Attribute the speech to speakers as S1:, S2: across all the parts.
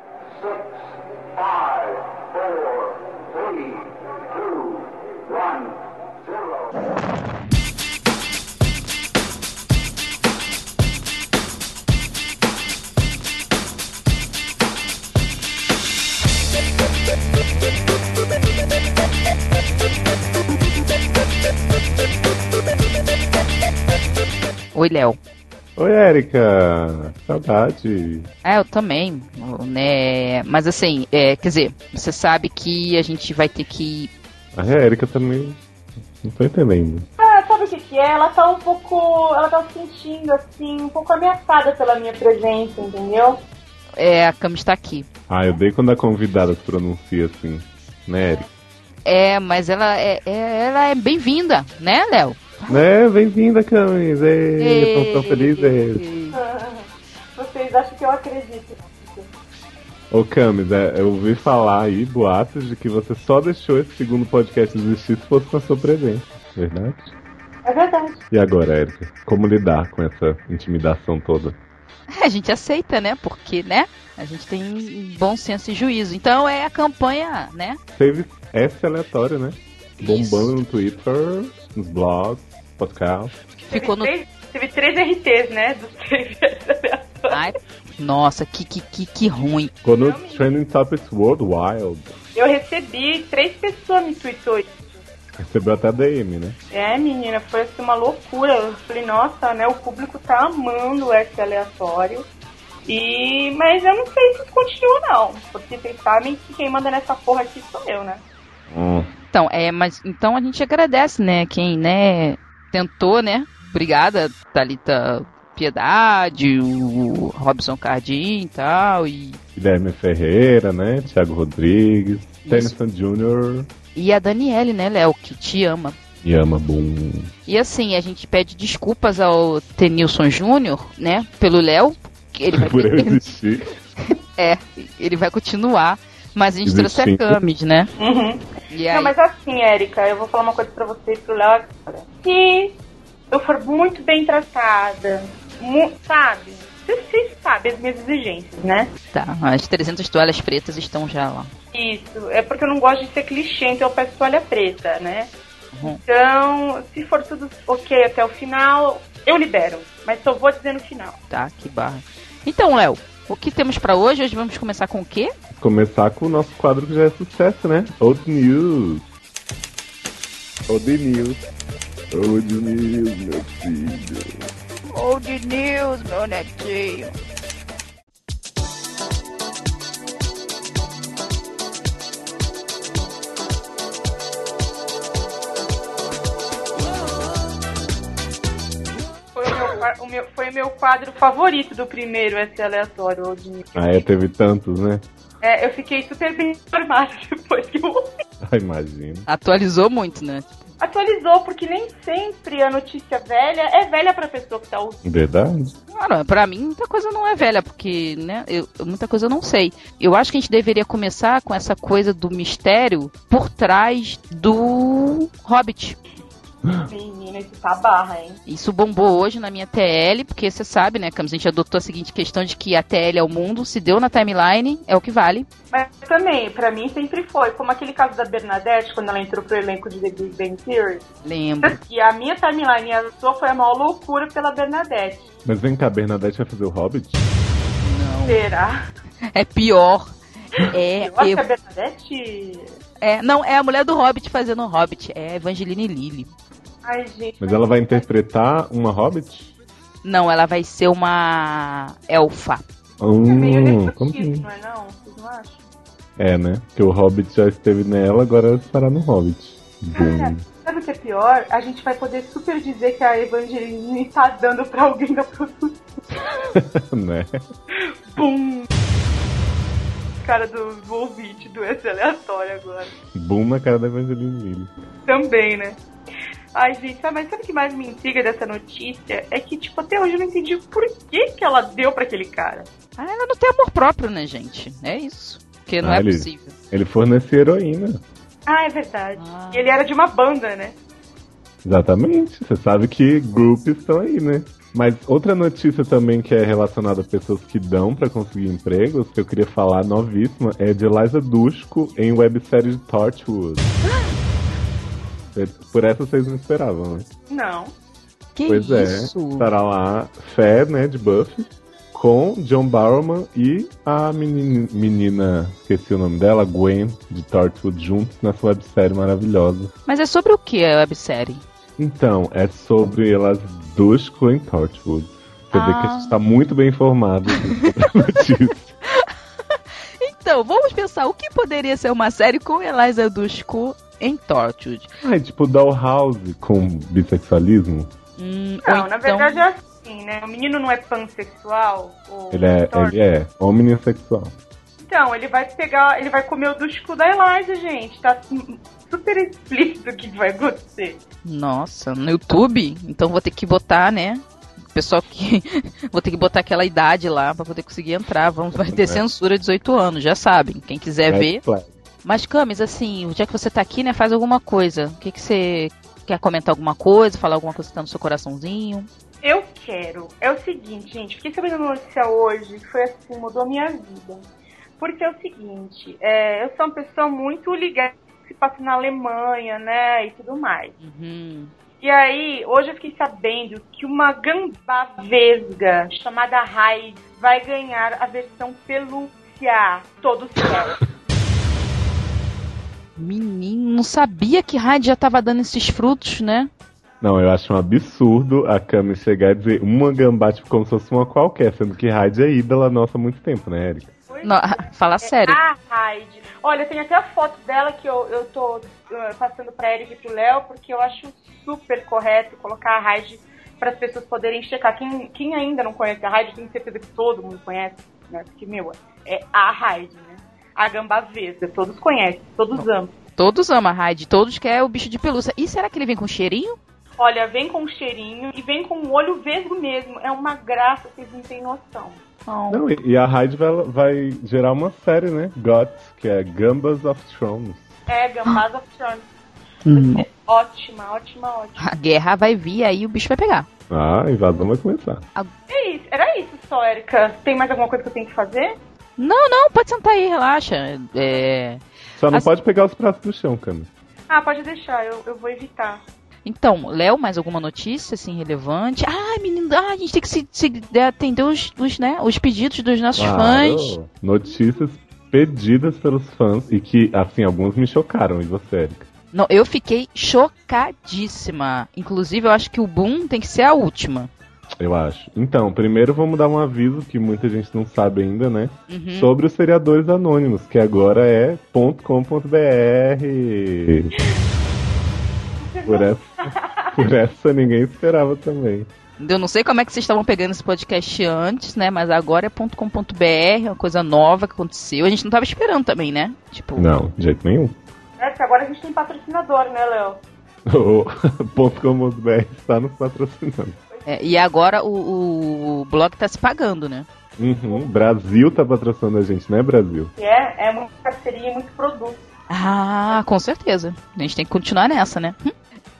S1: six, five, four, three, two, one, zero.
S2: Oi, Léo.
S3: Oi, Érica! Saudade!
S2: Ah, eu também, né? Mas assim, é, quer dizer, você sabe que a gente vai ter que.
S3: A Érica também. Não tô entendendo.
S4: Ah, sabe o que, que é? Ela tá um pouco. Ela tá se sentindo, assim, um pouco ameaçada pela minha presença, entendeu?
S2: É, a Cami está aqui.
S3: Ah, eu dei quando a convidada se pronuncia assim, né, Érica?
S2: É, mas ela é, é- ela é bem-vinda, né, Léo?
S3: Né? Bem-vinda, Camis! Ei, tão, tão felizes!
S4: Vocês acham que eu acredito?
S3: Ô, Camis, é, eu ouvi falar aí boatos de que você só deixou esse segundo podcast existir se fosse com a sua presença. Verdade?
S4: É verdade.
S3: E agora, Érica? Como lidar com essa intimidação toda?
S2: A gente aceita, né? Porque, né? A gente tem bom senso e juízo. Então é a campanha, né?
S3: Teve esse aleatório, né?
S2: Isso.
S3: Bombando no Twitter, nos blogs, podcast.
S2: Ficou no.
S4: Teve, três, teve três RTs, né? Dos três
S2: Ai, nossa, que, que, que, que ruim.
S3: Ficou no
S4: Realmente.
S3: Trending Topics World Wild.
S4: Eu recebi, três pessoas me tweetou isso.
S3: Recebeu até DM, né?
S4: É, menina, foi assim uma loucura. Eu falei, nossa, né? O público tá amando esse aleatório. E mas eu não sei se isso continua, não. Porque vocês sabem que quem manda nessa porra aqui sou eu, né?
S2: Então, é, mas então a gente agradece, né? Quem, né, tentou, né? Obrigada, Thalita Piedade, o Robson Cardim e tal, e,
S3: Guilherme Ferreira, né? Thiago Rodrigues. Tennyson Jr.
S2: e a Daniele, né, Léo, que te ama.
S3: Yama Boom.
S2: E assim, a gente pede desculpas ao Tenilson Júnior, né, pelo Léo, que ele vai,
S3: Por eu existir.
S2: é, ele vai continuar, mas a gente trouxe a
S3: Existindo.
S2: Camis, né?
S4: Uhum.
S2: E aí,
S4: Não, mas assim, Érica, eu vou falar uma coisa pra você e pro Léo. agora. Se eu for muito bem tratada, mu- sabe? Vocês- Vocês sabem as minhas exigências, né?
S2: tá, as 300 toalhas pretas estão já lá.
S4: Isso, é porque eu não gosto de ser clichê, então eu peço toalha preta, né?
S2: Uhum.
S4: Então, se for tudo ok até o final, eu libero. Mas só vou dizer no final.
S2: Tá, que barra. Então, Léo, o que temos pra hoje? Hoje vamos começar com o quê?
S3: Começar com o nosso quadro que já é sucesso, né? Old News. Old News. Old News, meu filho.
S2: Old News, meu netinho.
S4: Foi o meu, qua- o meu- foi o meu quadro favorito do primeiro esse aleatório, Odin.
S3: Ah, é, teve tantos, né?
S4: É, eu fiquei super bem informada depois que eu ouvi.
S3: Ah, imagino.
S2: Atualizou muito, né?
S4: Atualizou, porque nem sempre a notícia velha é velha pra pessoa que tá ouvindo.
S3: Verdade.
S2: Claro, pra mim muita coisa não é velha, porque, né, eu, muita coisa eu não sei. Eu acho que a gente deveria começar com essa coisa do mistério por trás do Hobbit.
S3: Ah.
S4: Menina, isso tá barra, hein?
S2: Isso bombou hoje na minha TL, porque você sabe, né, Camus, a gente adotou a seguinte questão de que a TL é o mundo, se deu na timeline, é o que vale.
S4: Mas também, pra mim sempre foi. Como aquele caso da Bernadette, quando ela entrou pro elenco de The Big Bang Theory.
S2: Lembro.
S4: E a minha timeline e a sua foi a maior loucura pela Bernadette.
S3: Mas vem cá, Bernadette vai fazer o Hobbit?
S2: Não.
S4: Será?
S2: É pior. É,
S4: Eu acho
S2: ev-
S4: que a Bernadette.
S2: é, não, é a mulher do Hobbit fazendo o Hobbit. É a Evangeline Lilly.
S4: Ai, gente.
S3: Mas ela vai interpretar uma Hobbit?
S2: Não, ela vai ser uma elfa.
S4: É meio
S3: Hum, como
S4: nepotismo,
S3: que-
S4: não é não? Vocês não acham?
S3: É, né? Porque o Hobbit já esteve nela, agora estará no Hobbit. Bom.
S4: Sabe o que é pior? A gente vai poder super dizer que a Evangeline tá dando pra alguém da produção.
S3: né?
S4: Bum! Cara do do ouvinte do esse aleatório agora.
S3: Boom na cara da Evangeline Lilly.
S4: Também, né? Ai, gente, sabe- mas sabe o que mais me intriga dessa notícia? É que, tipo, até hoje eu não entendi por que, que ela deu pra aquele cara.
S2: Ah, ela não tem amor próprio, né, gente? É isso. Porque não
S3: Ah,
S2: é
S3: ele-
S2: possível.
S3: Ele fornece heroína.
S4: Ah, é verdade.
S2: Ah.
S4: E ele era de uma banda, né?
S3: Exatamente. Você sabe que grupos estão aí, né? Mas outra notícia também que é relacionada a pessoas que dão pra conseguir empregos, que eu queria falar, novíssima, é de Eliza Dushku em websérie de Torchwood. É, Por essa vocês não esperavam, né?
S4: Não.
S2: Que
S3: pois é,
S2: isso?
S3: estará lá Fé, né, de Buffy, com John Barrowman e a menina, menina, esqueci o nome dela, Gwen, de Torchwood, juntos nessa websérie maravilhosa.
S2: Mas é sobre o que a websérie?
S3: Então, é sobre elas duas em Torchwood. Você vê que a gente está muito bem informado sobre a notícia.
S2: Então, vamos pensar o que poderia ser uma série com Eliza Dushku em Tortured.
S3: Ah, é tipo Dollhouse com bissexualismo.
S2: Hum, ou
S4: Não, na
S2: então-
S4: verdade é assim, né? O menino não é pansexual. O
S3: Ele é,
S4: Thor-
S3: ele é homossexual.
S4: Então, ele vai pegar, ele vai comer o dusco da Eliza, gente. Tá assim, super explícito o que vai acontecer.
S2: Nossa, no YouTube? Então vou ter que botar, né? Pessoal que. vou ter que botar aquela idade lá pra poder conseguir entrar. Vamos, vai ter
S3: É.
S2: censura 18 anos, já sabem. Quem quiser
S3: Red
S2: ver.
S3: flag.
S2: Mas, Camis, assim, já que você tá aqui, né, faz alguma coisa. O que, que você quer comentar alguma coisa, falar alguma coisa que tá no seu coraçãozinho?
S4: Eu quero. É o seguinte, gente, fiquei sabendo uma notícia hoje que foi assim, mudou a minha vida. Porque é o seguinte, é, eu sou uma pessoa muito ligada que se passa na Alemanha, né, e tudo mais.
S2: Uhum.
S4: E aí, hoje eu fiquei sabendo que uma gambá vesga chamada Raid vai ganhar a versão pelúcia. Todos querem.
S2: Menino, não sabia que rádio já tava dando esses frutos, né?
S3: Não, eu acho um absurdo a Cami chegar e dizer uma gambá, tipo, como se fosse uma qualquer, sendo que Hyde é ídola nossa há muito tempo, né, Erika?
S4: Pois
S2: Não, fala
S4: É
S2: sério.
S4: A Raid. Olha, tem até a foto dela que eu, eu tô eh, passando pra Eric e pro Léo, porque eu acho super correto colocar a Raid para as pessoas poderem checar. Quem, quem ainda não conhece a Raid, tenho certeza que todo mundo conhece, né? Porque, meu, é a Raid, né? A gamba vesga, todos conhecem, todos amam.
S2: Todos amam a rádio, todos querem o bicho de pelúcia. E será que ele vem com cheirinho?
S4: Olha, vem com um cheirinho e vem com um olho vesgo mesmo. É uma graça, vocês não têm noção.
S2: Não.
S3: Não, e, e a Hyde vai, vai gerar uma série, né? Gots, que é Gambas of Thrones.
S4: É, Gambás of Thrones. Ótima, ótima, ótima.
S2: A guerra vai vir aí o bicho vai pegar.
S3: Ah, a invasão vai começar.
S4: É isso, era isso só, Erika. Tem mais alguma coisa que eu tenho que fazer?
S2: Não, não, pode sentar aí, relaxa. É,
S3: Só não
S2: As-
S3: pode pegar os pratos do chão, Cami.
S4: Ah, pode deixar, eu, eu vou evitar.
S2: Então, Léo, mais alguma notícia assim relevante? Ah, menino, ah, a gente tem que se, se- atender os, os, né, os pedidos dos nossos fãs.
S3: Claro. Notícias pedidas pelos fãs e que, assim, alguns me chocaram. E você, Erika?
S2: Não, eu fiquei chocadíssima. Inclusive, eu acho que o boom tem que ser a última.
S3: Eu acho. Então, primeiro vamos dar um aviso que muita gente não sabe ainda, né?
S2: Uhum.
S3: sobre os seriadores anônimos, que agora é .com.br. Por essa, por essa ninguém esperava também.
S2: Eu não sei como é que vocês estavam pegando esse podcast antes, né? Mas agora é .com.br, uma coisa nova que aconteceu. A gente não tava esperando também, né? Tipo,
S3: Não, de jeito nenhum.
S4: É, porque agora a gente tem patrocinador, né, Léo?
S3: O .com.br está nos patrocinando.
S2: é, e agora o, o blog tá se pagando, né?
S3: Uhum, Brasil tá patrocinando a gente, né, Brasil?
S4: Que é, é muita parceria e muito produto.
S2: Ah, com certeza. A gente tem que continuar nessa, né? Hum.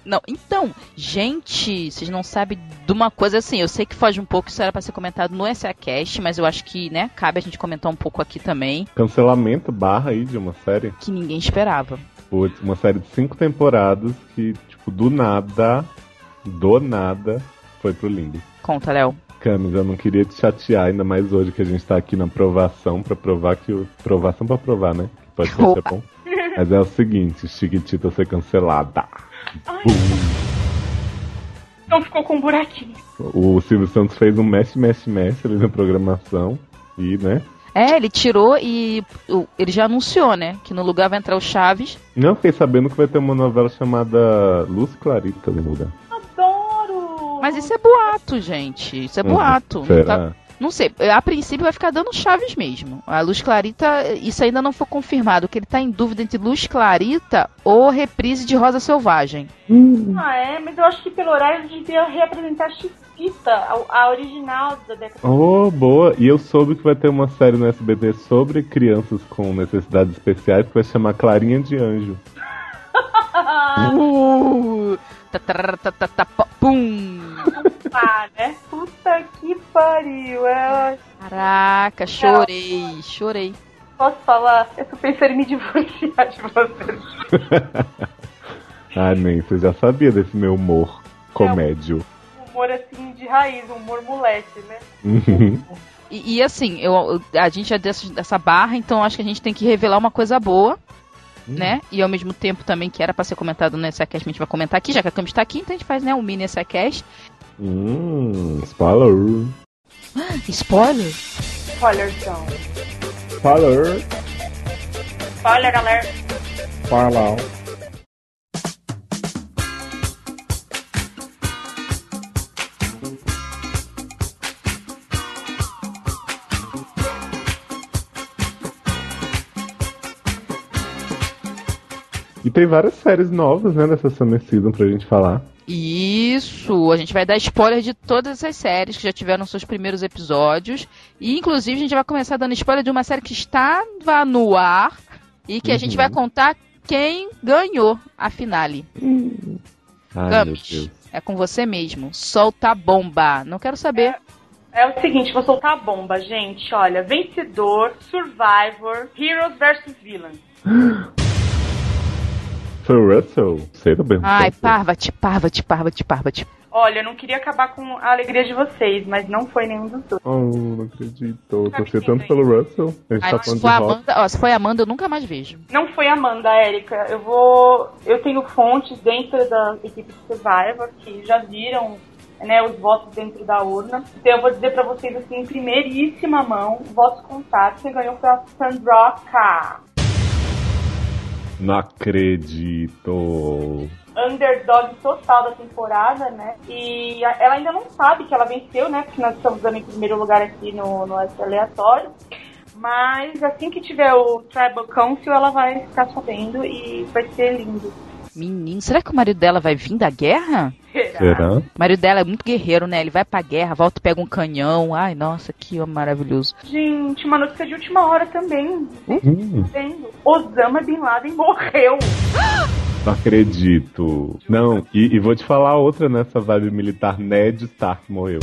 S2: Não, então, gente, vocês não sabem de uma coisa assim. Eu sei que foge um pouco, isso era pra ser comentado no SACast, mas eu acho que, né, cabe a gente comentar um pouco aqui também,
S3: Cancelamento barra aí de uma série.
S2: que ninguém esperava.
S3: Putz, Tipo, uma série de cinco temporadas que, tipo, do nada, do nada, foi pro limbo.
S2: Conta, Léo.
S3: Camis, eu não queria te chatear, ainda mais hoje que a gente tá aqui na provação pra provar que o. Provação pra provar, né? Que Pode ser
S2: Opa.
S3: que é bom. Mas é o seguinte, Chiquitita ser cancelada.
S4: Ai,
S3: Bum.
S4: então ficou com um buraquinho.
S3: O Silvio Santos fez um mexe, mexe, mexe ali na programação. E, né?
S2: É, ele tirou e o- ele já anunciou, né, que no lugar vai entrar o Chaves.
S3: Não fiquei sabendo que vai ter uma novela chamada Luz Clarita, lembra?
S4: Adoro!
S2: Mas isso é boato, gente. Isso é boato. Não, tá-
S3: Será?
S2: não sei, a princípio vai ficar dando Chaves mesmo. A Luz Clarita, isso ainda não foi confirmado, que ele tá em dúvida entre Luz Clarita ou reprise de Rosa Selvagem.
S4: Ah, é, mas eu acho que pelo horário devia reapresentar a Chipita, a, a original da década.
S3: Oh, boa! E eu soube que vai ter uma série no SBT sobre crianças com necessidades
S4: Ah,
S3: especiais que vai chamar Clarinha de Anjo.
S2: Uh, Pum!
S4: Ah, né? Puta que pariu. É...
S2: Caraca, chorei, chorei.
S4: Posso falar? Eu tô pensando em me divorciar de vocês.
S3: Ah, nem, você já sabia desse meu humor comédio.
S4: Um humor assim de raiz, um humor moleque, né?
S3: Uhum.
S2: E, e assim, eu, a gente é dessa, dessa barra, então acho que a gente tem que revelar uma coisa boa,
S3: Hum.
S2: né? E ao mesmo tempo também que era pra ser comentado no SACast, a gente vai comentar aqui, já que a Camis tá aqui, então a gente faz, né, um mini SACast.
S3: Hum, spoiler.
S2: Spoiler?
S4: Spoiler, então.
S3: Spoiler.
S4: Spoiler, galera.
S3: Spoiler. E tem várias séries novas, né, dessa Summer Season pra gente falar.
S2: Isso! A gente vai dar spoiler de todas essas séries que já tiveram seus primeiros episódios. E, inclusive, a gente vai começar dando spoiler de uma série que estava no ar e que a gente
S3: Uhum.
S2: vai contar quem ganhou a finale.
S3: Ai, meu
S2: Camis,
S3: Deus.
S2: é com você mesmo. Solta a bomba. Não quero saber.
S4: É o seguinte, vou soltar a bomba, gente. Olha, vencedor, Survivor, Heroes vs Villains.
S3: Foi o Russell? Sei do bem.
S2: Ai, parvati, parvati, parvati, parvati.
S4: Olha, eu não queria acabar com a alegria de vocês, mas não foi nenhum dos dois.
S3: Oh, não acredito. Eu
S4: Sabe
S3: torci
S4: quem
S3: tanto
S4: ganha?
S3: pelo Russell. A gente
S2: Ai,
S3: tá
S2: se
S3: falando de
S2: for a
S3: rock.
S2: Amanda, ó, se for a Amanda, eu nunca mais vejo.
S4: Não foi a Amanda, Érica. Eu vou. Eu tenho fontes dentro da equipe de Survivor que já viram né, os votos dentro da urna. Então eu vou dizer pra vocês assim, em primeiríssima mão, votos contados, quem ganhou foi a Sandroca.
S3: Não acredito.
S4: Underdog total da temporada, né? E a- ela ainda não sabe que ela venceu, né? Porque nós estamos dando em primeiro lugar aqui no, no S aleatório. Mas assim que tiver o Tribal Council, ela vai ficar sabendo e vai ser lindo.
S2: Menino, será que o marido dela vai vir da guerra?
S3: Será?
S2: O marido dela é muito guerreiro, né? Ele vai pra guerra, volta e pega um canhão. Ai, nossa, que homem maravilhoso.
S4: Gente, uma notícia de última hora também.
S3: Hum,
S4: Vendo. Osama Bin Laden morreu.
S3: não acredito. Não, e, e vou te falar outra nessa vibe militar. Ned Stark morreu.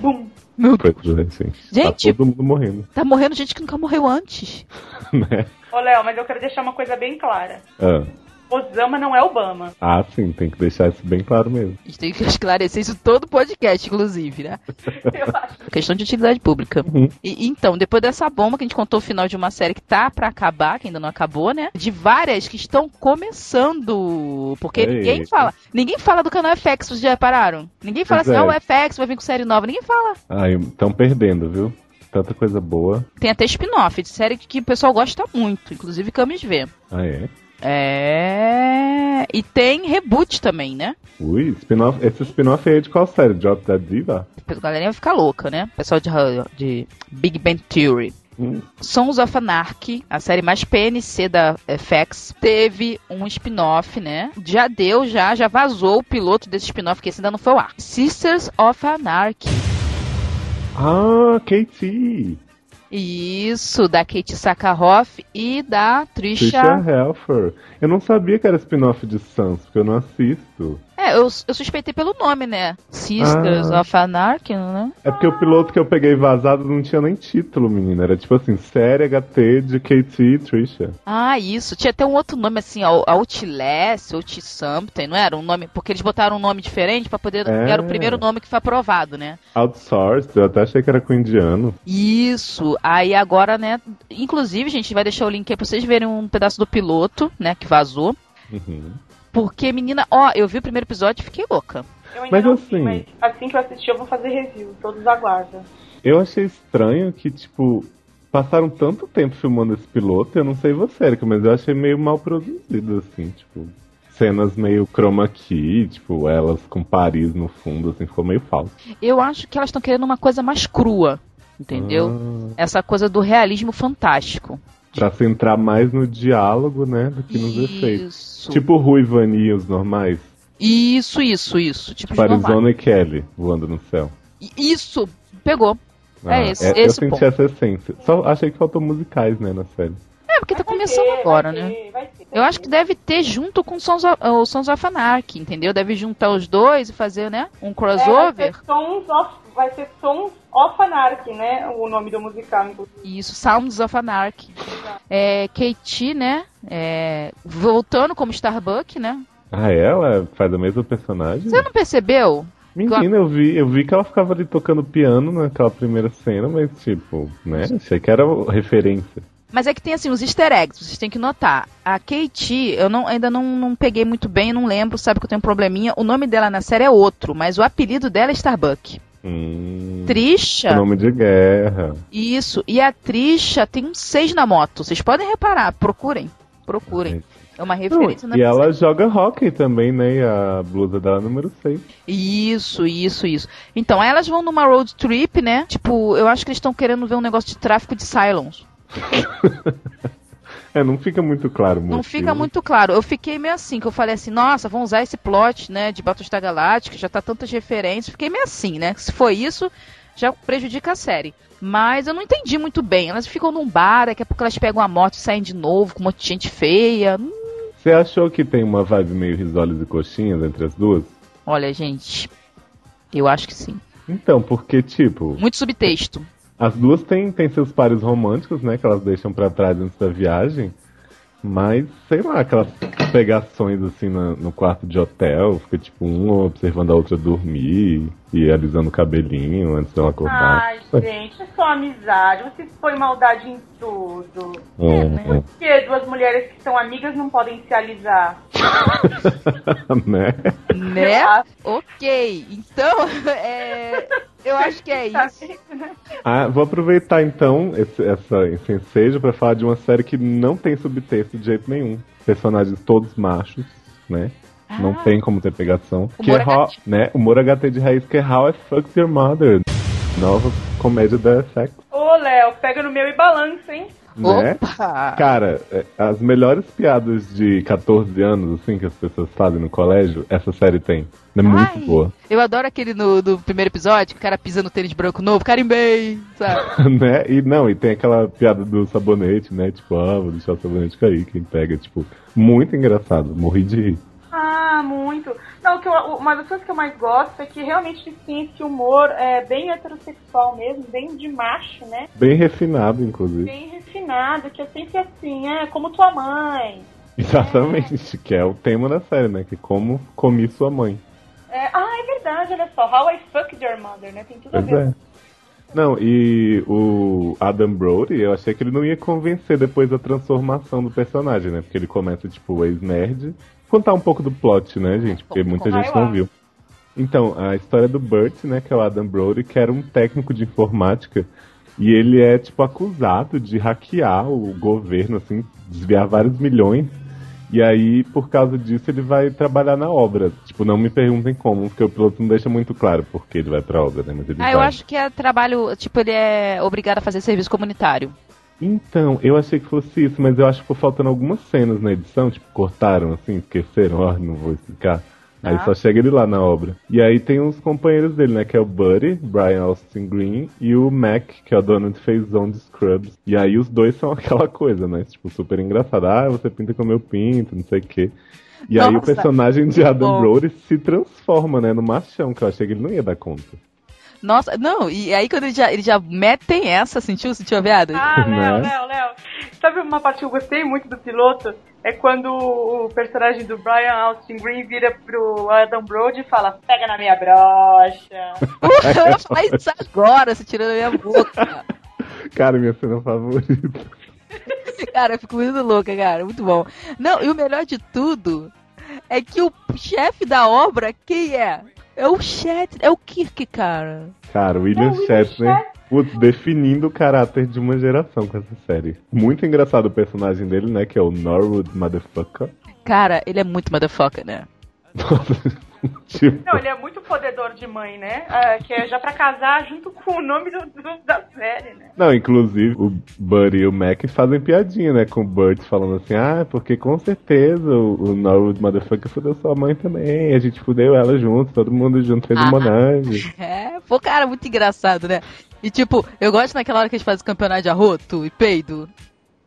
S4: Bum.
S2: Meu
S3: Foi tudo assim.
S2: Gente.
S3: Tá todo mundo morrendo,
S2: Tá morrendo gente que nunca morreu antes.
S3: né?
S4: Ô, Léo, mas eu quero deixar uma coisa bem clara.
S3: Ah,
S4: Osama não é Obama.
S3: ah, sim, tem que deixar isso bem claro mesmo.
S2: A gente tem que esclarecer isso todo podcast, inclusive, né?
S4: Eu acho.
S2: Questão de utilidade pública.
S3: Uhum.
S2: E, então, depois dessa bomba que a gente contou o final de uma série que tá pra acabar, que ainda não acabou, né? De várias que estão começando. Porque
S3: Eita.
S2: ninguém fala. Ninguém fala do canal FX, vocês já repararam? Ninguém fala
S3: Pois
S2: assim, ah,
S3: é.
S2: o FX vai vir com série nova. Ninguém fala.
S3: Ai, estão Ah, perdendo, viu? Tanta coisa boa.
S2: Tem até spin-off de série que o pessoal gosta muito, inclusive Camis vê.
S3: Ah, é?
S2: É. E tem reboot também, né?
S3: Ui, spin-off. Esse spin-off aí é de qual série? Drop da Diva?
S2: A galera vai ficar louca, né? O pessoal de, de Big Bang Theory.
S3: Hum,
S2: Sons of Anarchy, a série mais PNC da FX, teve um spin-off, né? Já deu, já, já vazou o piloto desse spin-off, que esse ainda não foi ao ar. Sisters of Anarchy.
S3: Ah, Katie!
S2: Isso, da Kate Sakaroff e da Trisha.
S3: Trisha Helfer. Eu não sabia que era spin-off de Sans, porque eu não assisto.
S2: É, eu, eu suspeitei pelo nome, né? Sisters
S3: Ah.
S2: of Anarchy, né?
S3: É porque o piloto que eu peguei vazado não tinha nem título, menina. Era tipo assim, série HT de Katie e Trisha.
S2: Ah, isso. Tinha até um outro nome, assim, Out- Outlast, Out Something, não era? Um nome, porque eles botaram um nome diferente pra poder...
S3: É.
S2: Era o primeiro nome que foi aprovado, né?
S3: Outsourced, eu até achei que era com indiano.
S2: Isso. Aí agora, né? Inclusive, gente, vai deixar o link aí pra vocês verem um pedaço do piloto, né? Que vazou.
S3: Uhum.
S2: Porque, menina, ó, eu vi o primeiro episódio e fiquei louca.
S4: Eu ainda
S3: Mas
S4: não
S3: assim-
S4: vi, mas assim que eu assistir, eu vou fazer review. Todos aguardam.
S3: Eu achei estranho que, tipo, passaram tanto tempo filmando esse piloto, eu não sei você, Erika, mas eu achei meio mal produzido, assim, tipo, cenas meio chroma key, tipo, elas com Paris no fundo, assim, ficou meio falso.
S2: Eu acho que elas estão querendo uma coisa mais crua, entendeu?
S3: Ah,
S2: Essa coisa do realismo fantástico.
S3: pra centrar mais no diálogo, né, do que nos efeitos.
S2: Isso.
S3: Tipo Rui Vani e os normais.
S2: Isso, isso, isso. Tipo,
S3: Tipo,
S2: de normal.
S3: Arizona e Kelly voando no céu.
S2: I- Isso, pegou. É esse-
S3: Ah, eu
S2: esse o
S3: senti
S2: ponto.
S3: essa essência. Só achei que faltou musicais, né, na série.
S2: É, porque tá
S4: Vai
S2: começando
S4: ter,
S2: agora,
S4: vai
S2: né?
S4: ter, Vai ter, vai ter.
S2: Eu acho que deve ter junto com Sons of, o Sons of Anarchy, entendeu? Deve juntar os dois e fazer, né? Um
S4: É, vai
S2: crossover.
S4: ser Sons of, vai ser Sons of Anarchy, né? O nome do musical, inclusive.
S2: Isso, Sounds of Anarchy. É, Katie, né? É, voltando como Starbuck, né?
S3: Ah, ela faz a mesma personagem?
S2: Você não percebeu?
S3: Menina, eu vi, eu vi que ela ficava ali tocando piano naquela primeira cena, mas tipo, né? Achei que era o- referência.
S2: Mas é que tem assim, os easter eggs, vocês têm que notar. A Katie, eu não, ainda não, não peguei muito bem, não lembro, sabe que eu tenho um probleminha. O nome dela na série é outro, mas o apelido dela é Starbuck.
S3: Hum,
S2: Trisha,
S3: nome de guerra.
S2: isso. E a Trisha tem um seis na moto. Vocês podem reparar, procurem. Procurem. É uma referência na
S3: e ela
S2: série.
S3: joga hockey também, né? E a blusa dela é número 6.
S2: Isso, isso, isso. Então, elas vão numa road trip, né? Tipo, eu acho que eles estão querendo ver um negócio de tráfico de Cylons.
S3: É, não fica muito claro o
S2: Não
S3: motivo.
S2: fica muito claro. Eu fiquei meio assim, que eu falei assim, nossa, vão usar esse plot, né, de Battlestar Galáctica, já tá tantas referências. Fiquei meio assim, né? Se foi isso, já prejudica a série. Mas eu não entendi muito bem. Elas ficam num bar, daqui a pouco elas pegam a moto e saem de novo com um monte de gente feia. Hum,
S3: Você achou que tem uma vibe meio risoles e coxinhas entre as duas?
S2: Olha, gente, eu acho que sim.
S3: Então, porque, tipo,
S2: Muito subtexto.
S3: As duas têm, têm seus pares românticos, né? Que elas deixam pra trás antes da viagem. Mas, sei lá, aquelas pegações assim na- no quarto de hotel, fica tipo um observando a outra dormir e alisando o cabelinho antes dela acordar.
S4: Ai, gente, é só amizade. Vocês põem maldade em tudo.
S3: Hum, hum.
S4: Por que duas mulheres que são amigas não podem se alisar?
S3: né?
S2: Né?
S4: Eu acho.
S2: Ok. Então, é, eu acho que é
S4: tá
S2: isso.
S3: Ah, vou aproveitar então esse, essa, esse ensejo pra falar de uma série que não tem subtexto de jeito nenhum. Personagens todos machos, né? Não
S2: Ah.
S3: tem como ter pegação.
S2: O
S3: que
S2: Moro
S3: é How, né? O Moro HT de raiz que é How I Fucked Your Mother. Nova comédia da FX,
S4: Ô, Léo, pega no meu e balança, hein?
S3: né?
S2: Opa!
S3: Cara, é, as melhores piadas de 14 anos, assim, que as pessoas fazem no colégio, essa série tem. É muito
S2: Ai.
S3: boa.
S2: Eu adoro aquele no, do primeiro episódio, que o cara pisa no tênis branco novo, carimbei, sabe?
S3: né? E não, e tem aquela piada do sabonete, né? Tipo, ah, vou deixar o sabonete cair, quem pega. Tipo, muito engraçado. Morri de rir.
S4: Ah, muito. Não, o que eu- uma das coisas que eu mais gosto é que realmente tem esse humor é, bem heterossexual mesmo, bem de macho, né?
S3: Bem refinado, inclusive.
S4: Bem refinado, que é sempre assim, é como tua mãe.
S3: Exatamente, que é o tema da série, né? Que é como comi sua mãe.
S4: É, ah, é verdade, olha só. How I fucked your mother, né? Tem tudo a
S3: Pois
S4: ver.
S3: é. Não, e o Adam Brody, eu achei que ele não ia convencer depois da transformação do personagem, né? Porque ele começa, tipo, ex-nerd. Contar um pouco do plot, né, gente? Porque
S2: Conta,
S3: muita
S4: conta.
S3: gente
S4: Vai
S3: não
S4: lá.
S3: viu. Então, a história do Burt, né, que é o Adam Brody, que era um técnico de informática, e ele é, tipo, acusado de hackear o governo, assim, desviar vários milhões. E aí, por causa disso, ele vai trabalhar na obra. Tipo, não me perguntem como, porque o piloto não deixa muito claro por que ele vai pra obra, né? Mas ele
S2: Ah,
S3: vai.
S2: eu acho que é trabalho, tipo, ele é obrigado a fazer serviço comunitário.
S3: Então, eu achei que fosse isso, mas eu acho que ficou faltando algumas cenas na edição, tipo, cortaram assim, esqueceram, ó, não vou explicar. Aí
S2: Tá.
S3: só chega ele lá na obra. E aí tem uns companheiros dele, né? Que é o Buddy, Brian Austin Green, e o Mac, que é o dono de Faison de Scrubs. E aí os dois são aquela coisa, né? Tipo, super engraçado. Ah, você pinta como eu pinto, não sei o quê. E aí o
S2: Nossa,
S3: personagem de Adam
S2: bom.
S3: Brody se transforma, né? No machão, que eu achei que ele não ia dar conta.
S2: Nossa, não, e aí quando ele já, ele já metem essa, sentiu? Sentiu a viada?
S4: Ah, Léo,
S3: Né?
S4: Léo, Léo. Sabe uma parte que eu gostei muito do piloto? É quando o personagem do Brian Austin Green vira pro Adam Brody e fala: pega na minha brocha.
S2: eu ia falar isso agora, se tirando a minha boca.
S3: Cara, minha cena favorita.
S2: Cara, eu fico muito louca, cara, muito bom. Não, e o melhor de tudo é que o chefe da obra, quem é? É o Chet, é o Kirk, cara.
S3: Cara,
S4: É
S3: William
S4: o William
S3: Shatner, putz, definindo o caráter de uma geração com essa série. Muito engraçado o personagem dele, né? Que é o Norwood Motherfucker.
S2: Cara, ele é muito motherfucker, né?
S3: Nossa, tipo,
S4: Não, ele é muito fodedor de mãe, né? Ah, que é já pra casar junto com o nome do, do- da série, né?
S3: não, inclusive o Buddy e o Mac fazem piadinha, né? Com o Burt falando assim: ah, porque com certeza o, o Norwood Motherfucker fudeu sua mãe também. A gente fudeu ela junto, todo mundo junto fez
S2: Ah.
S3: uma homenagem.
S2: É, pô, cara, muito engraçado, né? E tipo, eu gosto naquela hora que eles fazem campeonato de arroto e peido.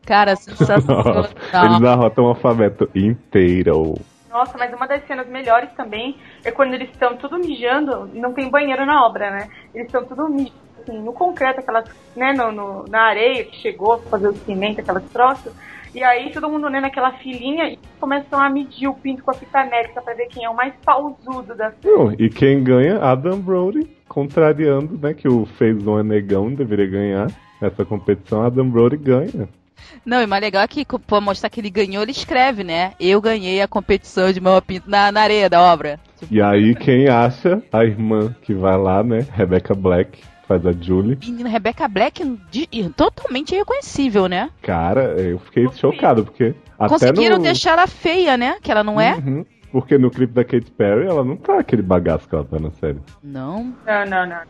S2: Cara, sensacional.
S3: Eles arrotam o alfabeto inteiro.
S4: Nossa, mas uma das cenas melhores também é quando eles estão tudo mijando, não tem banheiro na obra, né? Eles estão tudo mijando, assim, no concreto, aquelas, né, no, no- na areia que chegou pra fazer o cimento, aquelas troças. E aí todo mundo, né, naquela filinha e começam a medir o pinto com a fita métrica pra ver quem é o mais pausudo da
S3: Não, e quem ganha? Adam Brody, contrariando, né? Que o Fezon é negão, deveria ganhar essa competição. Adam Brody ganha.
S2: Não, e o mais legal é que co- pra mostrar que ele ganhou, ele escreve, né? Eu ganhei a competição de mão a pinto na, na areia da obra. Tipo,
S3: E aí, quem acha? A irmã que vai lá, né? Rebecca Black, faz a Julie.
S2: menina, Rebecca Black de- e totalmente irreconhecível, né?
S3: Cara, eu fiquei chocado, porque. Até
S2: Conseguiram
S3: no...
S2: deixar ela feia, né? Que ela não é?
S3: Uhum. Porque no clipe da Katy Perry, ela não tá aquele bagaço que ela tá na série.
S2: Não.
S4: Não, não, não.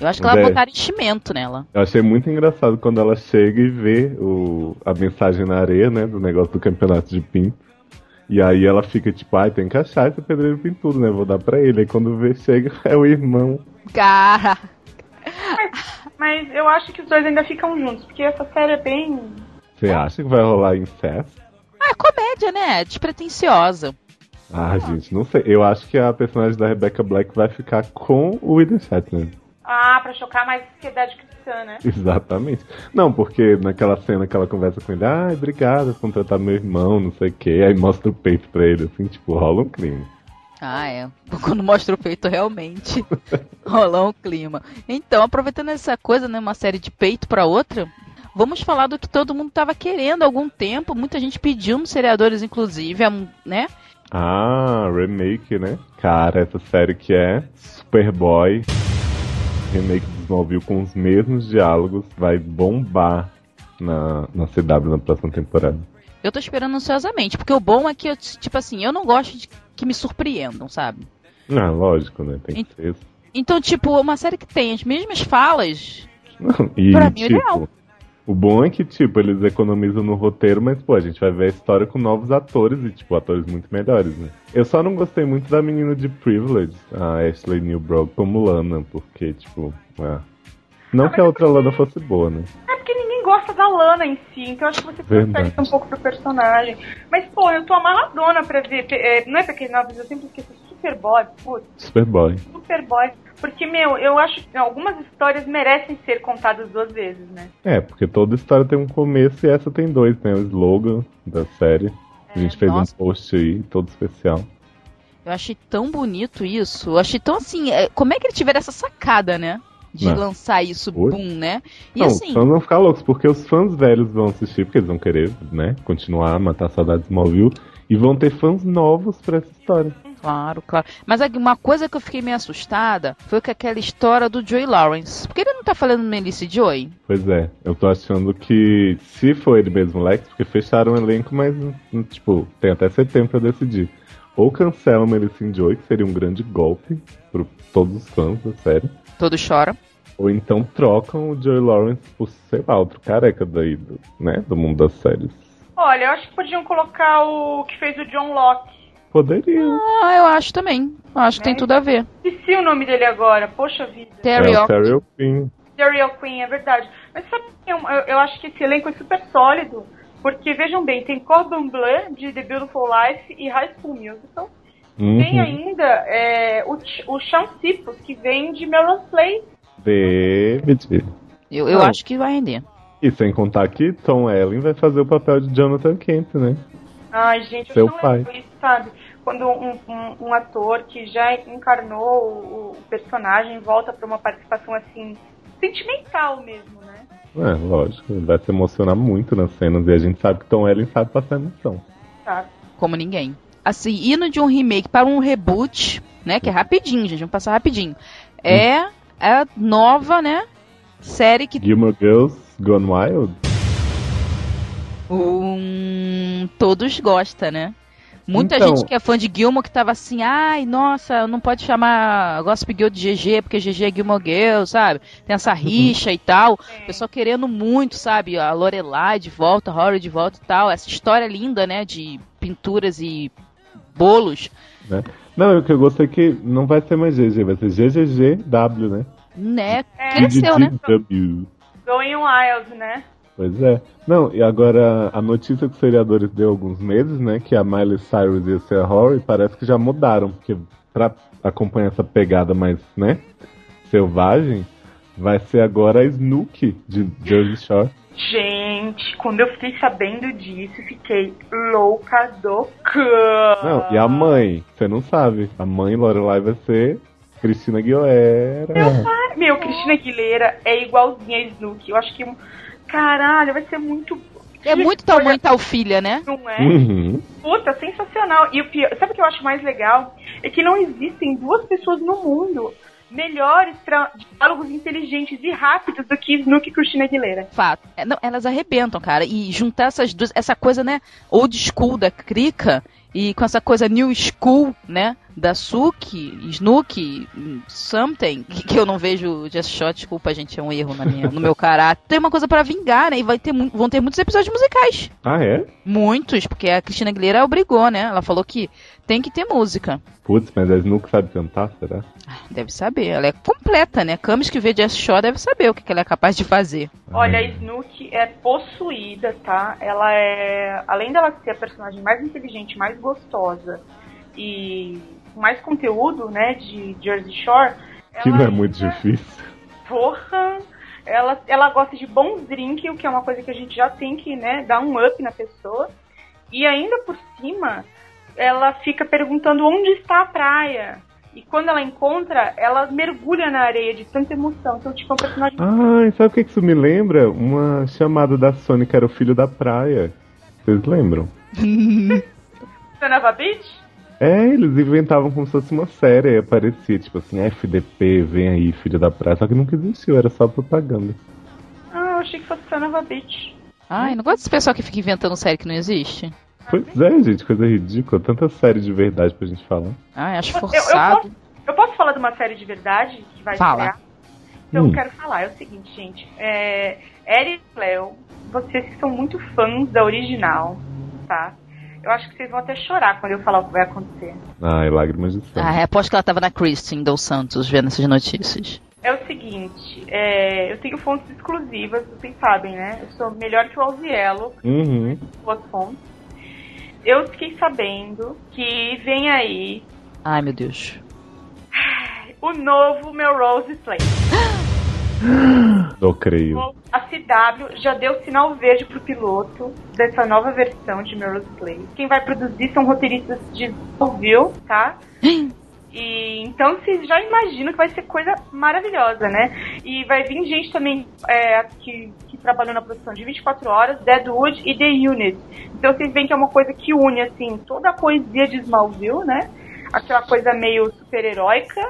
S2: Eu acho que ela
S3: Zé.
S2: botaram enchimento nela.
S3: Eu achei muito engraçado quando ela chega e vê o, a mensagem na areia, né? Do negócio do campeonato de pinto. E aí ela fica tipo, ai, tem que achar esse pedreiro pintudo, né? Vou dar pra ele. Aí quando vê, chega, é o irmão.
S2: Cara,
S4: Mas eu acho que os dois ainda ficam juntos, porque essa série é bem.
S3: Você acha que vai rolar incesto?
S2: ah, é comédia, né? Despretensiosa.
S3: Ah, gente, não sei. Eu acho que a personagem da Rebecca Black vai ficar com o William Shatner.
S4: Ah, pra chocar mais sociedade cristã, né?
S3: Exatamente. Não, porque naquela cena que ela conversa com ele, ai, obrigada por contratar meu irmão, não sei o quê. Aí mostra o peito pra ele, assim, tipo, rola um crime.
S2: Ah, é. Quando mostra o peito, realmente rolou um clima. Então, aproveitando essa coisa, né? Uma série de peito pra outra, vamos falar do que todo mundo tava querendo há algum tempo. Muita gente pediu nos seriadores, inclusive, a mu- né?
S3: Ah, remake, né? Cara, essa série que é Superboy. Remake do Smallville com os mesmos diálogos vai bombar na, na CW na próxima temporada.
S2: Eu tô esperando ansiosamente, porque o bom é que, eu, tipo assim, eu não gosto de que me surpreendam, sabe?
S3: Ah, lógico, né? Tem que ser isso.
S2: Então, tipo, uma série que tem as mesmas falas.
S3: Não, E,
S2: Pra mim,
S3: tipo,
S2: ideal.
S3: o bom é que, tipo, eles economizam no roteiro, mas, pô, a gente vai ver a história com novos atores e, tipo, atores muito melhores, né? Eu só não gostei muito da menina de Privilege, a Ashley Newbrook, como Lana, porque, tipo, ah, não
S2: é
S3: que a outra Lana fosse boa, né?
S4: É porque ninguém gosta da Lana em si, então acho que você
S3: Verdade.
S4: transfere isso um pouco pro personagem. Mas, pô, eu tô amarradona pra ver. pe- é, não é pequeno Novos, eu sempre esqueço Superboy, putz,
S3: Superboy.
S4: Superboy. Porque, meu, eu acho que algumas histórias merecem ser contadas duas vezes, né?
S3: É, porque toda história tem um começo e essa tem dois, né? O slogan da série. a gente fez
S2: É, nossa.
S3: um post aí, todo especial.
S2: Eu achei tão bonito isso. Eu achei tão assim. é, Como é que ele tiver essa sacada, né? De
S3: Não.
S2: lançar isso,
S3: Foi.
S2: boom, né? E
S3: não,
S2: assim,
S3: os fãs vão ficar loucos, porque os fãs velhos vão assistir, porque eles vão querer, né? Continuar, matar a saudade de Smallville. E vão ter fãs novos pra essa história.
S2: claro, claro. Mas a- uma coisa que eu fiquei meio assustada foi com aquela história do Joey Lawrence. Por que ele não tá falando Melissa e Joey?
S3: Pois é, eu tô achando que se for ele mesmo, Lex, porque fecharam o elenco, mas, hum, tipo, tem até setembro pra decidir. Ou cancelam Melissa Joy, que seria um grande golpe pra todos os fãs da série.
S2: Todo chora.
S3: Ou então trocam o Joey Lawrence por, sei lá, outro careca daí, do, né? Do mundo das séries.
S4: Olha, eu acho que podiam colocar o que fez o John Locke.
S3: Poderiam.
S2: Ah, eu acho também. Eu Acho que tem
S4: É.
S2: tudo a ver.
S4: Esqueci o nome dele agora, poxa vida.
S2: Terry
S3: é o
S2: Ock.
S3: Terry O'Quinn.
S4: The Real Queen, é verdade. Mas sabe, que um, eu, eu- eu acho que esse elenco é super sólido, porque vejam bem, tem Cordon Bleu de The Beautiful Life e High School Musical. Tem
S3: Uhum.
S4: ainda é, o, Ch- o Sean Sipos, que vem de Melrose Place.
S3: David.
S2: Eu, eu
S3: Não.
S2: acho que vai render.
S3: E sem contar que Tom Ellen vai fazer o papel de Jonathan Kent, né?
S4: Ai, gente, eu
S3: Seu
S4: não
S3: pai.
S4: lembro isso, sabe? Quando um, um- um ator que já encarnou o, o personagem volta pra uma participação assim, sentimental mesmo, né?
S3: É, lógico, ele vai se emocionar muito nas cenas e a gente sabe que Tom Ellen sabe passar emoção.
S4: Sabe?
S2: como ninguém. Assim, indo de um remake para um reboot, né? Que é rapidinho, gente. Vamos passar rapidinho.
S3: Hum.
S2: É a nova, né? Série que.
S3: Gilmore Girls Gone Wild?
S2: Um, todos gostam, né? Muita
S3: Então-
S2: gente que é fã de Gilmore que tava assim, ai, nossa, não pode chamar Gossip Girl de GG, porque GG é Gilmore Girl, sabe? Tem essa rixa e tal. O pessoal querendo muito, sabe? A Lorelai de volta, a Rory de volta e tal. Essa história linda, né? De pinturas e bolos.
S3: né? Não, o que eu gostei é que não vai ser mais GG, vai ser GGGW, né?
S2: Né?
S4: É,
S2: Cresceu, né?
S3: GGGW.
S4: Going Wild, né?
S3: Pois é. Não, e agora a notícia que os seriadores deu há alguns meses, né, que a Miley Cyrus e a Sarah Horry parece que já mudaram, porque pra acompanhar essa pegada mais, né, selvagem, vai ser agora a Snook de Jersey Shore.
S4: Gente, quando eu fiquei sabendo disso, fiquei louca do cão.
S3: Não, e a mãe, você não sabe. A mãe Lorelai vai ser Cristina
S4: Meu,
S3: Aguilera.
S4: pai- meu, Cristina Aguilera é igualzinha a Snook. Eu acho que. um, Caralho, vai ser muito.
S2: É
S4: que
S2: muito tal
S4: escolha-
S2: mãe, tal filha, né?
S4: Não é?
S3: Uhum.
S4: Puta, sensacional. E o pior, sabe o que eu acho mais legal? É que não existem duas pessoas no mundo melhores pra diálogos inteligentes e rápidos do que Snook e Cristina Aguilera.
S2: Fato. É, não, elas arrebentam, cara. E juntar essas duas, essa coisa, né, old school da Krika e com essa coisa new school, né, da Suki, Snook, hum, something, que, que eu não vejo Just Shot, desculpa, gente, é um erro na minha, no meu caráter. Tem uma coisa pra vingar, né, e vai ter, mu- vão ter muitos episódios musicais.
S3: Ah, é?
S2: Muitos, porque a Cristina Aguilera obrigou, né? Ela falou que tem que ter música.
S3: Putz, mas a Snook sabe cantar, será?
S2: Deve saber, ela é completa, né? Camis que vê Just Show deve saber o que, que ela é capaz de fazer.
S4: Olha, a
S3: Ai.
S4: Snook é possuída, tá? Ela é. Além dela ser a personagem mais inteligente, mais gostosa e com mais conteúdo, né, de Jersey Shore.
S3: Que
S4: ela
S3: não é muito
S4: ainda-
S3: difícil.
S4: Porra! Ela, ela gosta de bons drinks, o que é uma coisa que a gente já tem que, né, dar um up na pessoa. E ainda por cima, ela fica perguntando onde está a praia. E quando ela encontra, ela mergulha na areia de tanta emoção. Então, tipo, é um personagem.
S3: Ai, sabe o que que isso me lembra? Uma chamada da Sony que era o filho da praia. Vocês lembram?
S4: Sanava Beach?
S3: É, eles inventavam como se fosse uma série, aí aparecia, tipo assim, FDP, vem aí, filho da praia. Só que nunca existiu, era só propaganda.
S4: Ah, eu achei que fosse Sanava Beach.
S2: Ai, não gosto desse pessoal que fica inventando série que não existe.
S3: Pois é, gente, coisa ridícula. Tanta série de verdade pra gente falar.
S2: Ai, acho
S4: Eu- eu
S2: forçado.
S4: Eu posso falar de uma série de verdade que vai
S2: Fala.
S4: estrear? Então,
S3: Hum.
S4: eu quero falar. É o seguinte, gente. É, Eric e Cleo, vocês que são muito fãs da original, tá? Eu acho que vocês vão até chorar quando eu falar o que vai acontecer.
S3: Ai, lágrimas de sangue.
S2: Ah, aposto que ela tava na Kristen dos Santos vendo essas notícias.
S4: É o seguinte, é, eu tenho fontes exclusivas, vocês sabem, né? Eu sou melhor que o Alziello,
S3: Uhum.
S4: duas fontes. Eu fiquei sabendo que vem aí
S2: Ai, meu Deus.
S4: o novo Melrose Place.
S3: Eu creio.
S4: A CW já deu sinal verde pro piloto dessa nova versão de Melrose Place. Quem vai produzir são roteiristas de Smallville, tá? E então vocês já imaginam que vai ser coisa maravilhosa, né? E vai vir gente também é, que, que trabalhou na produção de 24 horas, Deadwood e The Unit. Então vocês veem que é uma coisa que une, assim, toda a poesia de Smallville, né? Aquela coisa meio super-heróica,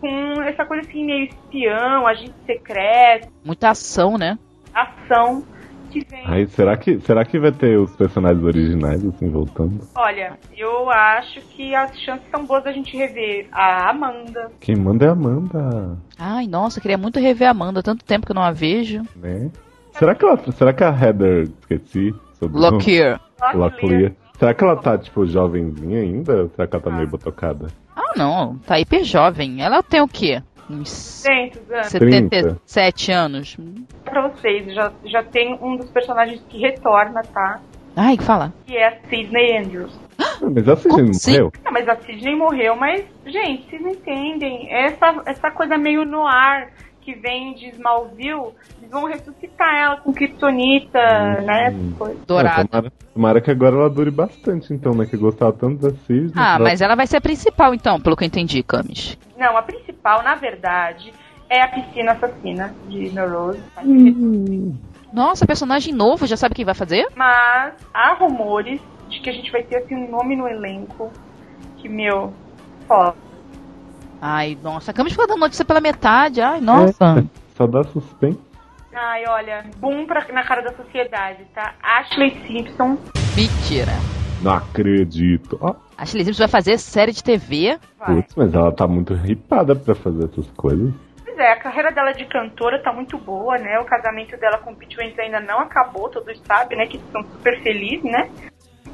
S4: com essa coisa assim, meio espião, agente secreto
S2: Muita ação, né?
S4: ação que vem.
S3: Ai, será que, será que vai ter os personagens originais, assim, voltando?
S4: Olha, eu acho que as chances são boas da gente rever a Amanda.
S3: Quem manda é a Amanda,
S2: Ai, nossa, eu queria muito rever a Amanda. Tanto tempo que eu não a vejo.
S3: né? Será que, ela, será que a Heather, esqueci, sobre
S2: Lockyer.
S3: Locklear. Será que ela tá, tipo, jovenzinha ainda? Ou será que ela tá meio
S4: Ah.
S3: botocada?
S2: Ah, não. Tá hiper jovem. Ela tem o quê? Uns
S4: 200 anos.
S2: 77 anos.
S4: Pra vocês, já, já tem um dos personagens que retorna, tá?
S2: Ai, fala.
S4: Que é a Sidney Andrews.
S3: Ah, Mas a Sidney não
S2: Sim.
S3: morreu? É,
S4: Não, mas a Sidney morreu, mas, gente, vocês não entendem. Essa, essa coisa meio no ar que vem de Smallville, eles vão ressuscitar ela com Kryptonita,
S3: Hum.
S4: né? essas coisas.
S2: Dourada.
S3: Ah, tomara, tomara que agora ela dure bastante, então, né? Que eu gostava tanto da Sidney.
S2: Ah, mas ela vai ser a principal, então, pelo que eu entendi, Camis.
S4: Não, a principal, na verdade, é a piscina assassina de Melrose.
S3: Hum.
S2: Nossa, personagem novo, já sabe quem vai fazer?
S4: Mas há rumores de que a gente vai ter assim, um nome no elenco que, meu, foda.
S2: Ai, nossa, a Camis ficou dando notícia pela metade. Ai, nossa.
S3: Só dá suspense.
S4: Ai, olha, boom pra, na cara da sociedade, tá? Ashley Simpson
S2: Mentira.
S3: Não acredito. Ó,
S2: A Shirley Simpson vai fazer série de TV.
S4: vai.
S3: putz, mas ela tá muito ripada pra fazer essas coisas.
S4: Pois é, a carreira dela de cantora tá muito boa, né? O casamento dela com o Pete Wentz ainda não acabou, todos sabem, né? Que eles são super felizes, né?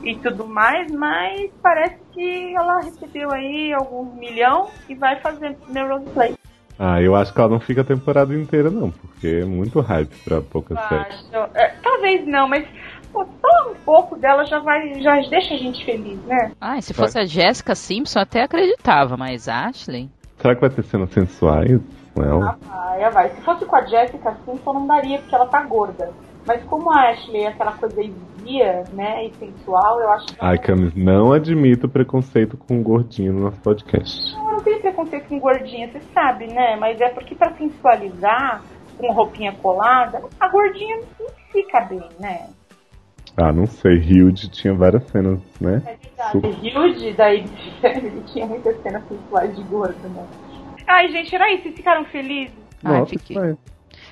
S4: E tudo mais, mas parece que ela recebeu aí algum milhão e vai fazer Melrose Play.
S3: Ah, eu acho que ela não fica a temporada inteira, não, porque é muito hype pra poucas séries.
S4: Acho. É, tá toda vez não, mas pô, só um pouco dela já vai, já deixa a gente feliz, né?
S2: Ah, e se fosse a Jessica Simpson, até acreditava, mas Ashley.
S3: Será que vai ter cenas sensuais? Não.
S4: Ah, vai, vai. Se fosse com a Jessica Simpson, não daria, porque ela tá gorda. Mas como a Ashley é aquela coisa esguia, né, e sensual, eu acho que...
S3: Ai, Camis, não admito preconceito com gordinho no nosso podcast.
S4: Não, eu não tenho preconceito com gordinha, você sabe, né? Mas é porque pra sensualizar, com roupinha colada, a gordinha não fica bem, né?
S3: Ah, não sei. Hilde tinha várias cenas, né?
S4: É verdade. Hilde, daí, ele tinha muitas cenas sensuais de gordo, né? Ai, gente, era isso. Vocês ficaram felizes?
S2: Ai,
S3: Nossa,
S2: fiquei.
S3: pai.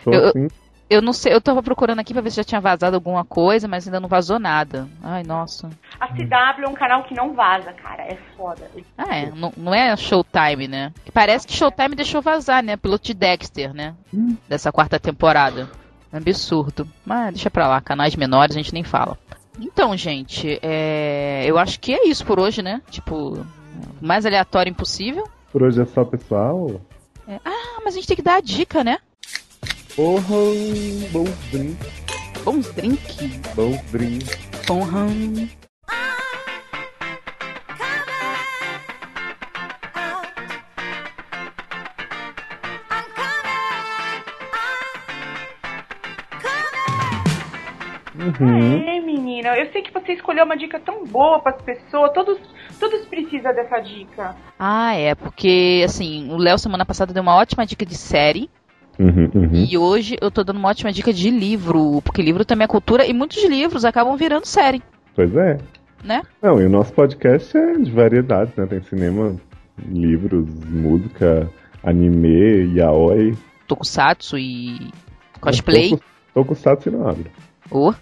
S3: Tô
S2: Eu-
S3: assim.
S2: Eu não sei, eu tava procurando aqui pra ver se já tinha vazado alguma coisa, mas ainda não vazou nada. Ai, nossa.
S4: A CW é um canal que não vaza, cara. É foda.
S2: Ah, é, não, não é Showtime, né? E Parece que Showtime deixou vazar, né? Piloto de Dexter, né? Dessa quarta temporada. Absurdo. Mas deixa pra lá, canais menores a gente nem fala. Então, gente, é, eu acho que é isso por hoje, né? Tipo, o mais aleatório impossível.
S3: Por hoje é só, pessoal.
S2: Ah, mas a gente tem que dar a dica, né?
S3: Porra, bom drink,
S2: Bons drink.
S3: bom drink.
S2: Porra.
S3: Uhum.
S4: É, menina. Eu sei que você escolheu uma dica tão boa pras pessoas. Todos, todos precisam dessa dica.
S2: Ah, é, porque, assim, o Léo semana passada deu uma ótima dica de série.
S3: Uhum, uhum.
S2: E hoje eu tô dando uma ótima dica de livro, porque livro também é cultura e muitos livros acabam virando série.
S3: Pois é.
S2: Né?
S3: Não, e o nosso podcast é de variedades, né? Tem cinema, livros, música, anime, yaoi.
S2: Tokusatsu e cosplay.
S3: Tô com status e não abro.
S2: Oh.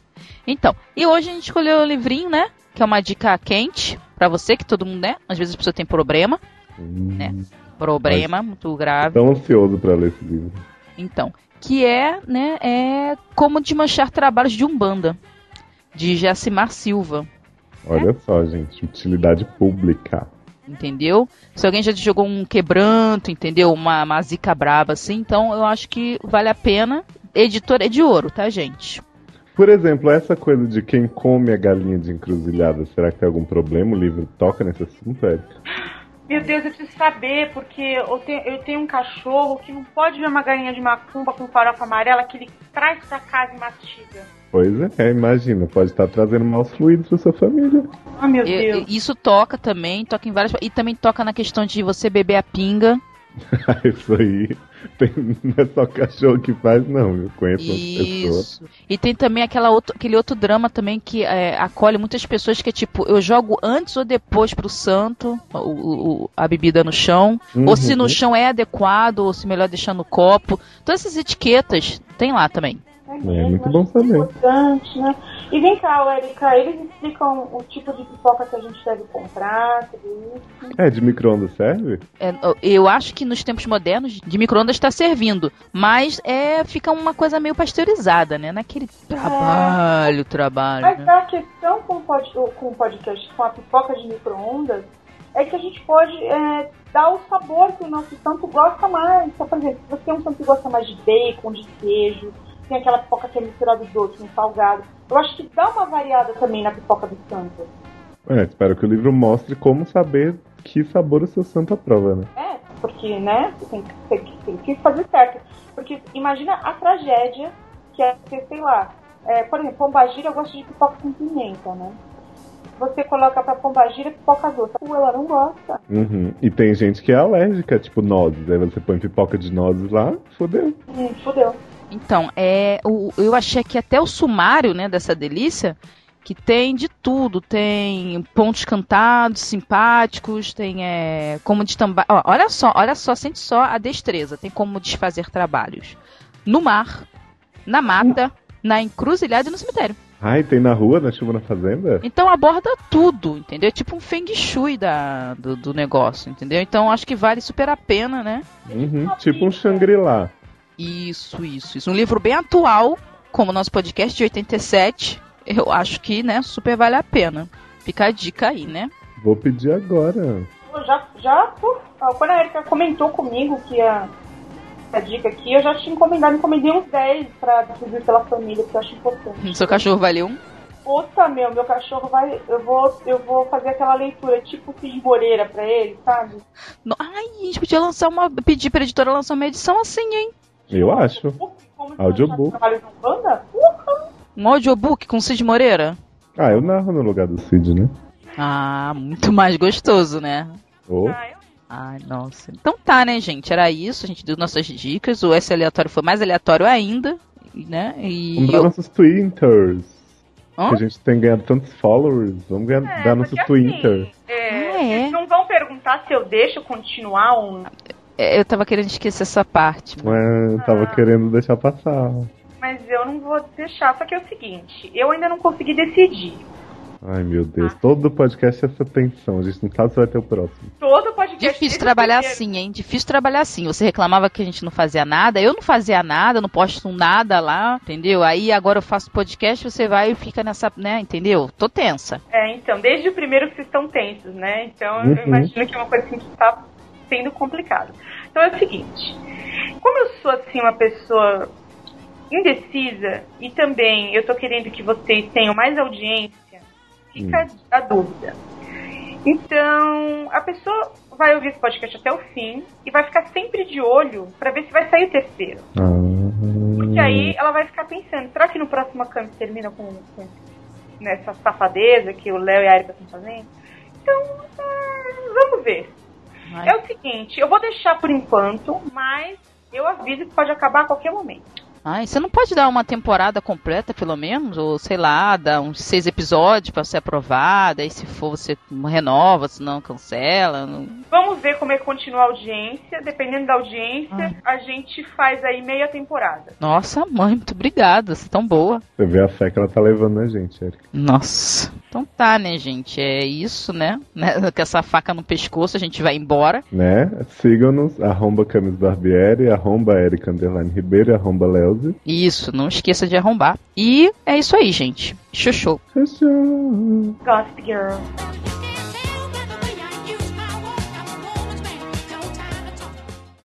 S2: Então, e hoje a gente escolheu o livrinho, né? Que é uma dica quente pra você, que todo mundo, né? Às vezes a pessoa tem problema,
S3: Hum,
S2: Né? problema muito grave.
S3: Tão ansioso pra ler esse livro.
S2: Então, que é, né, é Como Desmanchar Trabalhos de Umbanda, de Jacimar Silva.
S3: Olha
S2: É?
S3: só, gente. Utilidade pública.
S2: entendeu? Se alguém já te jogou um quebranto, entendeu? Uma, uma zica braba, assim, então eu acho que vale a pena. Editor é de ouro, tá, gente?
S3: Por exemplo, essa coisa de quem come a galinha de encruzilhada, será que tem algum problema? O livro toca nesse assunto, Érica?
S4: Meu Deus, eu preciso saber, porque eu tenho, eu tenho um cachorro que não pode ver uma galinha de macumba com farofa amarela que ele traz pra casa e mastiga.
S3: Pois é, imagina, pode estar trazendo maus fluidos pra sua família.
S4: Ah, meu
S2: E-
S4: Deus.
S2: e- isso toca também, toca em várias. E também toca na questão de você beber a pinga.
S3: Isso aí tem, não é só cachorro que faz, não. Eu um conheço umas pessoas.
S2: Isso. E tem também aquela outro- aquele outro drama também que é, acolhe muitas pessoas que é tipo, eu jogo antes ou depois pro santo o- o- o- a bebida no chão. Ou
S3: Uhum.
S2: se no chão é adequado, ou se melhor deixar no copo. Todas essas etiquetas tem lá também.
S3: É muito bom saber.
S4: importante, né? E vem cá, Erika, eles explicam o tipo de pipoca que a gente deve comprar, tudo isso.
S3: É, de micro-ondas serve?
S2: É, eu acho que nos tempos modernos de micro-ondas está servindo, mas é fica uma coisa meio pasteurizada, né? Naquele trabalho, trabalho.
S4: Mas
S2: né?
S4: a questão com o, pod, com o podcast, com a pipoca de micro-ondas, é que a gente pode é, dar o sabor que o nosso santo gosta mais. Então, por exemplo, se você é um santo que gosta mais de bacon, de queijo, tem aquela pipoca que é misturada doce com salgado. Eu acho que dá uma variada também na pipoca do santo.
S3: É, espero que o livro mostre como saber que sabor o seu santo aprova, né?
S4: É, porque, né, você tem, que- tem que- tem que fazer certo. Porque imagina a tragédia que é ter, sei lá, é, por exemplo, pombagira, eu gosto de pipoca com pimenta, né? Você coloca pra pombagira pipoca doce. Uh, ela não gosta.
S3: Uhum. E tem gente que é alérgica, tipo nozes. Aí você põe pipoca de nozes lá, fodeu.
S4: Hum, fodeu.
S2: Então, é, o- eu achei aqui até o sumário né, dessa delícia, que tem de tudo. Tem pontos cantados, simpáticos, tem é, como destambar. ó, olha só, olha só, sente só a destreza. Tem como desfazer trabalhos no mar, na mata, na encruzilhada e no cemitério.
S3: Ai, tem na rua, na chuva, na fazenda?
S2: Então aborda tudo, entendeu? É tipo um feng shui da, do, do negócio, entendeu? Então acho que vale super a pena, né?
S3: Uhum. Tipo um Shangri-La.
S2: Isso, isso, isso. Um livro bem atual, como o nosso podcast de 87, eu acho que, né, super vale a pena. Fica a dica aí, né?
S3: Vou pedir agora.
S4: Eu já, já pô, ó, quando a Erika comentou comigo que a, essa dica aqui, eu já tinha encomendado, encomendei uns 10 pra distribuir pela família, porque eu acho importante.
S2: Seu cachorro valeu um?
S4: Puta meu, meu cachorro vai. Eu vou, eu vou fazer aquela leitura tipo Cid Moreira pra ele, sabe?
S2: No- Ai, a gente podia lançar uma. pedir pra editora lançar uma edição assim, hein?
S3: Eu acho.
S4: Como
S3: Audiobook.
S4: Trabalho de banda? Porra!
S2: Um audiobook com Cid Moreira?
S3: Ah, eu narro no lugar do Cid, né?
S2: Ah, muito mais gostoso, né?
S3: Ou
S4: Ah, eu-
S2: Ai, nossa. Então tá, né, gente? Era isso. A gente deu nossas dicas. O S aleatório foi mais aleatório ainda, né? E
S3: vamos dar nossos twitters.
S2: Hã?
S3: Que a gente tem ganhado tantos followers. Vamos ganhar,
S4: É,
S3: dar
S4: porque
S3: nossos
S4: assim,
S3: twitter.
S4: é,
S2: Ah, é?
S4: Vocês não vão perguntar se eu deixo continuar um.
S2: É, eu tava querendo esquecer essa parte. mas-
S3: Ué, é? tava
S4: Ah.
S3: querendo deixar passar.
S4: Mas eu não vou deixar, só que é o seguinte, eu ainda não consegui decidir.
S3: Ai, meu Deus.
S4: Ah.
S3: Todo podcast é essa tensão. A gente não sabe se vai ter o próximo.
S4: Todo podcast.
S2: Difícil
S4: desde
S2: trabalhar
S4: o primeiro-
S2: assim, hein? Difícil trabalhar assim. Você reclamava que a gente não fazia nada, eu não fazia nada, não posto nada lá, entendeu? Aí agora eu faço podcast, você vai e fica nessa, né, entendeu? Tô tensa.
S4: É, então, desde o primeiro que vocês estão tensos, né? Então
S3: Uhum.
S4: eu imagino que é uma coisa assim que tá sendo complicada. Então é o seguinte, como eu sou assim uma pessoa indecisa e também eu tô querendo que vocês tenham mais audiência, fica a dúvida. Então, a pessoa vai ouvir esse podcast até o fim e vai ficar sempre de olho pra ver se vai sair o terceiro.
S3: Ah.
S4: Porque aí ela vai ficar pensando, será que no próximo camp termina com, com nessa safadeza que o Léo e a Erika estão fazendo? Então, hum, vamos ver.
S2: Ai,
S4: É o seguinte, eu vou deixar por enquanto, mas eu aviso que pode acabar a qualquer momento.
S2: ai, você não pode dar uma temporada completa, pelo menos? Ou sei lá, dar uns seis episódios pra ser aprovada, aí se for você renova, se não cancela. não-
S4: Vamos ver como é que continua a audiência. Dependendo da audiência, a gente faz aí meia temporada.
S2: Nossa, mãe, muito obrigada, você é tão boa.
S3: Você vê a fé que ela tá levando na gente, Erika.
S2: Nossa. Então tá, né, gente? É isso, né? Né, Com essa faca no pescoço, a gente vai embora.
S3: Né? Sigam-nos, arromba Camis Barbieri, arromba Erika Underline Ribeiro, arromba Leozi.
S2: Isso, não esqueça de arrombar. E é isso aí, gente. Xoxô.
S3: Tchau, tchau.
S4: Gossip Girl.